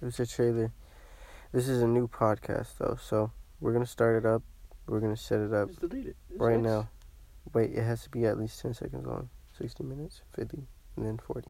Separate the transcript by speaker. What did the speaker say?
Speaker 1: was a trailer. This is a new podcast though, so we're gonna start it up. We're gonna set it up
Speaker 2: Just delete it. It's
Speaker 1: right
Speaker 2: nice.
Speaker 1: now. Wait, it has to be at least ten seconds long. Sixty minutes, fifty, and then forty.